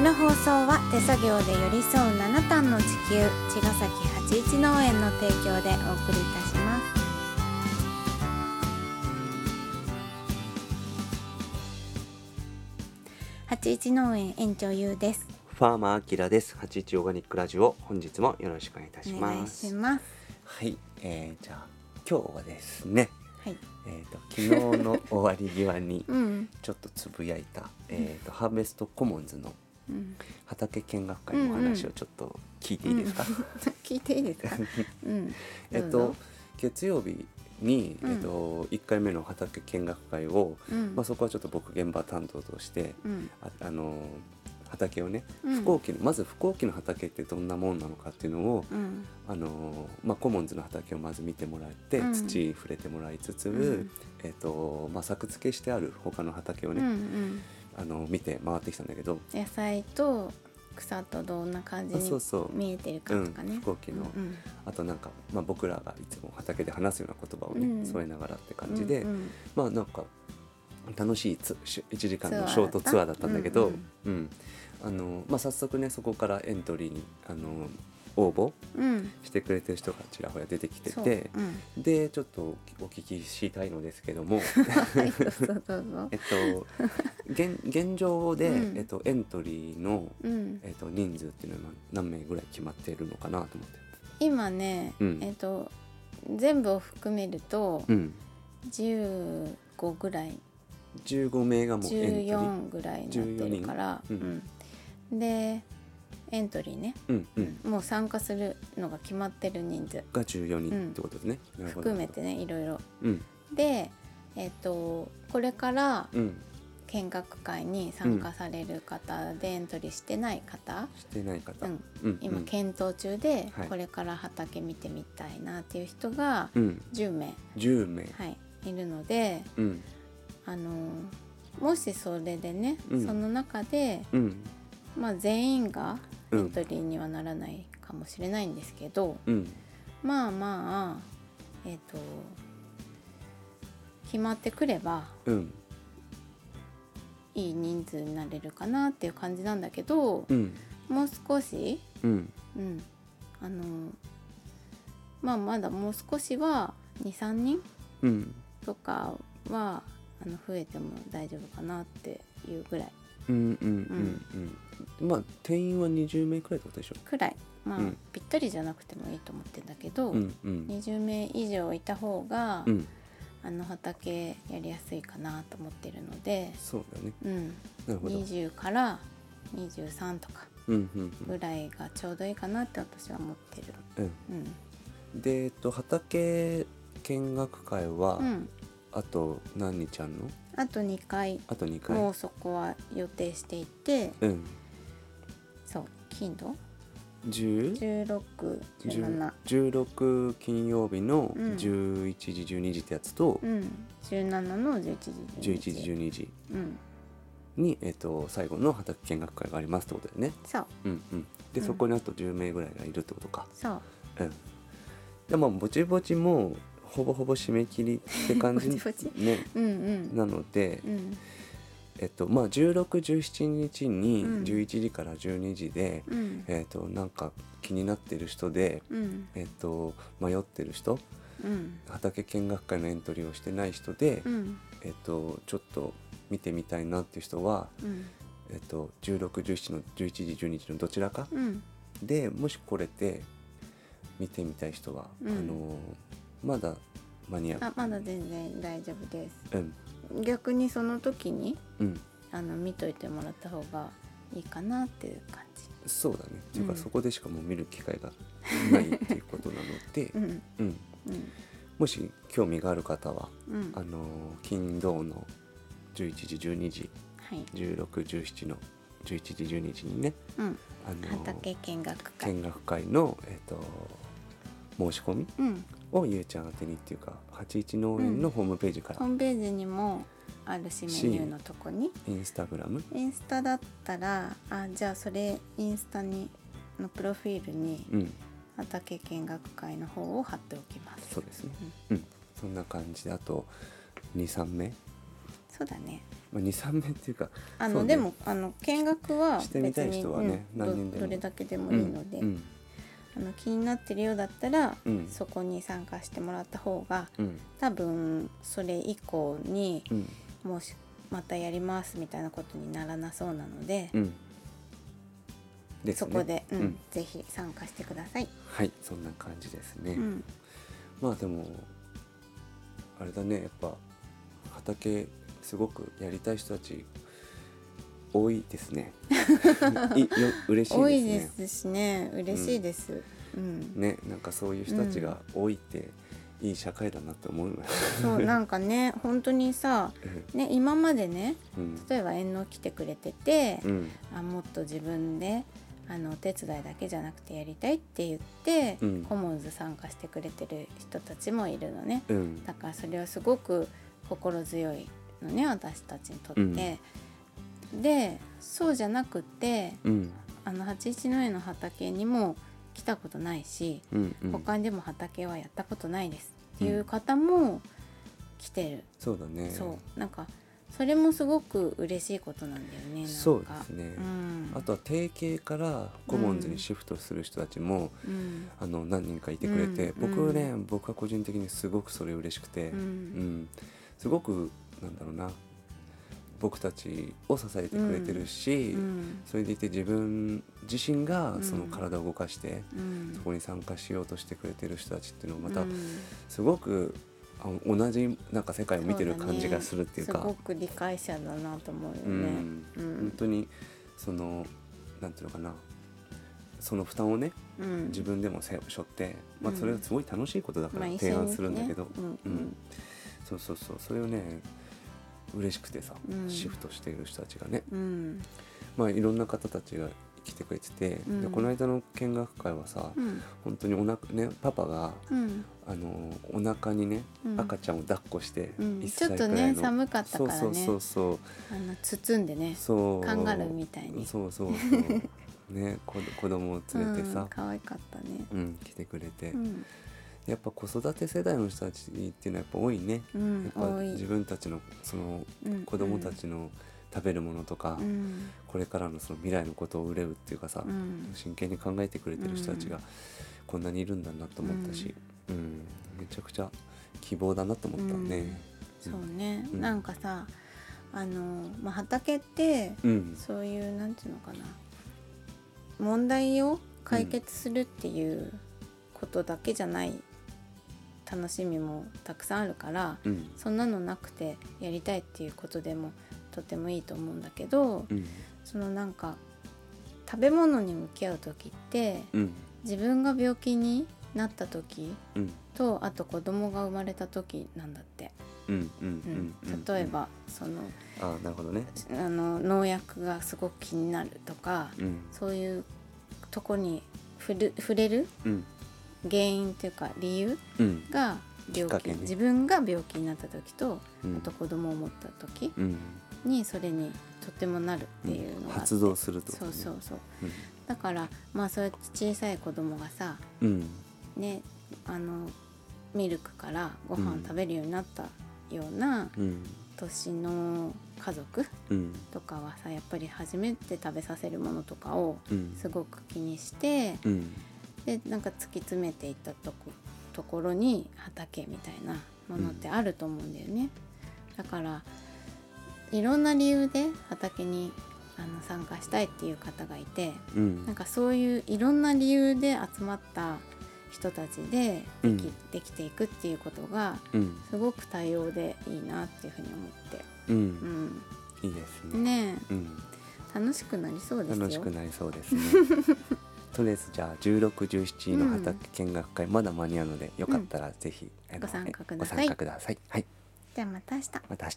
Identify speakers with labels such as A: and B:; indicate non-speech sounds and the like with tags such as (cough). A: の放送は手作業で寄り添う七段の地球茅ヶ崎八一農園の提供でお送りいたします八一農園園長ゆうです
B: ファーマーアキラです。八一オーガニックラジオ、本日もよろしくお願いいたし
A: お
B: ます。
A: 願いします
B: はい、えー、じゃあ、今日はですね、
A: はい
B: えっ、と、昨日の終わり際に。
A: (laughs) うん
B: ちょっとつぶやいた、えっ、と、ハーベストコモンズの
A: うん
B: 畑見学会のお話
A: うんう
B: を
A: ん
B: ちょっと聞いていいですか。
A: 聞いていいですか (laughs) うん
B: (laughs) えっ
A: どう
B: と
A: ぞ、
B: 月曜日に、
A: うん
B: えっ、と、一回目の畑見学会を。
A: うん
B: まあ、そこはちょっと僕現場担当として、
A: うん
B: あ、あのー畑をね、
A: うん
B: 不幸期のまず不幸期の畑ってどんなもんなのかっていうのを、
A: うん
B: あのーまあ、コモンズの畑をまず見てもらって、
A: うん
B: 土に触れてもらいつつ、
A: うん
B: えっとまあ、作付けしてある他の畑を
A: うんう
B: ね、
A: ん
B: あのー見て回ってきたんだけど、
A: 野菜と草とどんな感じ
B: あそう
A: に
B: そう
A: 見えてるかとかね、
B: うん飛行機の
A: うん
B: あとなんか、まあ、僕らがいつも畑で話すような言葉をね、
A: うん
B: 添えながらって感じで、
A: うんうん
B: まあなんか楽しいつし1時間のシ
A: ツア
B: ョ
A: ーだ
B: ー
A: った
B: トツアーだったんだけど、
A: う
B: うんんあのーまあ、早速ねそこからエントリーに、あのー応募
A: うん、
B: してくれてる人がちらほら出てきて
A: そう
B: て。
A: うん、
B: でちょっとお聞きしたいのですけども
A: はい (laughs) どうぞどうぞ
B: (laughs) えっと、現現状で、
A: うん
B: えっと、エントリーの、
A: うん、
B: えっと、人数っていうのは何名ぐらい決まっているのかなと思って。
A: 今ね、
B: うん
A: えっと全部を含めると
B: うん、
A: 15ぐらい
B: 15名がもうエントリー。
A: 14ぐらいになってるから、
B: 14人
A: うんでエントリーね
B: うんうん、
A: もう参加するのが決まってる人数
B: が14人ってことですね。なるほど
A: 含めて。ねいろいろ
B: うん
A: でえっとこれから
B: うん、
A: 見学会に参加される方でエントリーしてない方、
B: してない方。
A: うん
B: うん
A: 今検討中で、
B: はい
A: これから畑見てみたいなっていう人が
B: うん、
A: 10名、
B: 10名、
A: はい、いるので、
B: うん
A: あのもしそれでね、
B: うん
A: その中で、
B: うん
A: まあ、全員がエ
B: うん
A: ントリーにはならないかもしれないんですけど、
B: うん
A: まあまあえっ、と決まってくれば
B: うん
A: いい人数になれるかなっていう感じなんだけど、
B: うん
A: もう少し
B: うん
A: うん、あのまあまだもう少しは23人
B: うん
A: とかはあの増えても大丈夫かなっていうぐらい
B: うんうんうんうんまあ定員は20名くらいってことでしょ
A: くらいまあ、
B: うん
A: ぴったりじゃなくてもいいと思ってんだけど、
B: うんうん
A: 20名以上いた方が、
B: うん
A: あの畑やりやすいかなと思ってるので、
B: そうだよね
A: うん、
B: なるほど
A: 20から23とか
B: うんうん
A: ぐらいがちょうどいいかなって私は思ってる。
B: うん
A: うん
B: うんで、えっと、畑見学会は、
A: うん、
B: あと何日あんの
A: あと2回
B: あと2回
A: もうそこは予定していて、
B: うん
A: そう金土
B: 10
A: 1617
B: 16金曜日の
A: うん
B: 11時12時ってやつと、
A: うん17の11時
B: 11時12時
A: うん
B: に、えっと、最後の畑見学会がありますってことだよね
A: そう
B: うんうんで、
A: うん
B: そこにあと10名ぐらいがいるってことか
A: そう
B: うんでまあぼちぼちもうほぼほぼ締め切りって感
A: (laughs)
B: じ
A: ぼちぼち
B: ね
A: うんうん
B: なので、
A: うん
B: えっとまあ、1617日に
A: うん
B: 11時から12時で、
A: うん
B: えっと、なんか気になってる人で、
A: うん
B: えっと、迷ってる人
A: うん
B: 畑見学会のエントリーをしてない人で、
A: うん
B: えっと、ちょっと見てみたいなっていう人は、
A: うん
B: えっと、1617の11時12時のどちらか
A: うん
B: でもしこれで見てみたい人は、
A: うん
B: あのまだ間に合う。
A: あまだ全然大丈夫です
B: うん
A: 逆にその時に
B: うん
A: あの見といてもらった方がいいかなっていう感じ
B: そうだね、っていう
A: う
B: か
A: ん
B: そこでしかもう見る機会がないっていうことなので
A: (laughs) う、ん
B: うん、
A: うん
B: もし興味がある方は
A: うん
B: あ
A: は
B: のー金土の11時12時
A: い
B: 1617の11時12時にね、
A: うん
B: あのー
A: 畑見学会
B: 見学会の、えっと申し込み
A: うん
B: をゆうちゃん宛てにっていうか81農園のホームページから、
A: ホームページにもあるしメニューのとこに
B: インスタグラム
A: インスタだったらあじゃあそれインスタにのプロフィールに
B: うん
A: 畑見学会の方を貼っておきます
B: そうですねうん、そんな感じであと23名
A: そうだね
B: まあ、23名っていうか
A: あ
B: そ
A: の、
B: うね
A: でもあの見学は
B: してみたい人はね
A: 別にうん
B: 何人で
A: どど
B: も
A: れだけでも
B: う
A: いい
B: ん
A: ので、
B: うん
A: あの気になってるようだったら、
B: うん
A: そこに参加してもらった方が
B: うん
A: 多分それ以降に
B: うん
A: もしまたやりますみたいなことにならなそうなので、
B: うんで
A: そ
B: すね
A: こで、う
B: うんん、
A: ぜひ参加してください。
B: はいそんな感じですね、
A: うん、
B: まあでもあれだねやっぱ畑すごくやりたい人たち多いで
A: (laughs)
B: すねいよ嬉しいですね
A: 多いですしね嬉しいです。うん
B: ねなんかそういう人たちが多いって、いい社会だなって思
A: (laughs)
B: います、
A: そうなんかね本当にさ、ね、今までね
B: うん
A: 例えば遠野来てくれてて、
B: うん
A: あもっと自分であのお手伝いだけじゃなくてやりたいって言って、
B: うん
A: コモンズ参加してくれてる人たちもいるのね
B: うん
A: だからそれはすごく心強いのね私たちにとって。でそうじゃなくて
B: うん
A: あの八一の絵の畑にも来たことないし、
B: うんうん
A: 他にでも畑はやったことないですっていう方も来てる、
B: そうだね
A: そうなんかそれもすごく嬉しいことなんだよねなんか
B: そうですね
A: うん、
B: あとは定型からコモンズにシフトする人たちも、
A: うん
B: あの何人かいてくれて、
A: うん
B: 僕はね、僕は個人的にすごくそれ嬉しくて、
A: うん
B: うんすごくなんだろうな僕たちを支えてくれてるし、
A: うん
B: それでいて自分自身が
A: うん
B: その体を動かして、
A: うん
B: そこに参加しようとしてくれてる人たちっていうのをま
A: う
B: た
A: ん
B: すごく、あの同じなんか世界を見てる
A: そうだね
B: 感じがするっていう
A: す
B: か
A: ごく理解者だなと思うよね。
B: うん
A: うん
B: 本当にそのなんていうのかなその負担をね
A: うん
B: 自分でも背負って、まあ、
A: うん
B: それはすごい楽しいことだか
A: まあ一
B: ら
A: 緒
B: 提
A: に
B: 案するんだけど、
A: ねうん
B: うんそうそうそうそれをね嬉しくてさ、
A: うん
B: シフトしている人たちがね、
A: うん
B: まあ、いろんな方たちが来てくれてて、
A: うん
B: でこの間の見学会はさ、
A: うん
B: 本当におなねパパが
A: うん
B: あのお腹にね、
A: うん
B: 赤ちゃんを抱っこして、
A: うん
B: 一
A: ちょっと
B: くらい
A: ね
B: の
A: 寒かったからね
B: そうそうそうそう
A: あの包んでね
B: そう
A: カンガルーみたいに
B: そうそうそうねこ子供を連れて
A: う
B: さ
A: ん、可愛かったね。
B: うん来てくれて、
A: うん
B: やっぱ子育て世代の人たちっていうのはやっぱ多いね、
A: うん
B: やっぱ
A: 多
B: 自
A: い
B: 分たちのその
A: うん
B: 子供たちの食べるものとか、
A: うん
B: これからのその未来のことを憂うっていうかさ、
A: うん
B: 真剣に考えてくれてる人たち
A: う
B: がこんなにいるんだなと思ったし、うんめちゃくちゃ希望だなと思ったね。
A: そうね、
B: うん
A: なんかさあのまあ畑って
B: うん、
A: そういうなんていうのかな問題を解決するっていうことだけじゃない楽しみもたくさんあるから
B: うん、
A: そんなのなくてやりたいっていうことでもとてもいいと思うんだけど
B: うん、
A: そのなんか食べ物に向き合う時って
B: うん、
A: 自分が病気になった時
B: うん、
A: とあと子供が生まれた時なんだって、
B: うん、うん、う
A: うんん、
B: うん、
A: 例えばその
B: うん。あー、なるほどね。
A: あの農薬がすごく気になるとか
B: うん、
A: そういうとこに触る触れる
B: うん、
A: 原因っていうか理由
B: うん、
A: が
B: きっ
A: 病
B: か
A: 気、
B: けね
A: 自分が病気になった時と
B: うん
A: あと子供を持った時
B: うん、
A: にそれにとてもなるっていうのがあって、
B: 発動するってこ
A: そ
B: とね
A: うそうそうだからまあそうやって小さい子供がさ
B: うん、うん、
A: ねあのミルクからご
B: う
A: 飯
B: ん
A: 食べるようになったような
B: うん、
A: 年の家族
B: うん、
A: とかはさやっぱり初めて食べさせるものとかを
B: うん、
A: すごく気にして
B: うん、
A: でなんか突き詰めていったとこところに畑みたいなものってあると思うんだよね。だからいろんな理由で畑にあの参加したいっていう方がいて
B: うん
A: なん、かそういういろんな理由で集まった人たちででき,、
B: うん
A: できていくっていうことが
B: うん、
A: すごく多様でいいなっていうふうに思って、
B: う、
A: うんん、
B: いいですね。
A: ね
B: うん。
A: え楽しくなりそうですよ。
B: 楽しくなりそうですね
A: (laughs)
B: とりあえずじゃあ1617の畑見学会、まだ間に合うのでよかったらぜひ、あの
A: ご参加ください
B: ご参加くださいはい
A: じゃあまた明日
B: また明日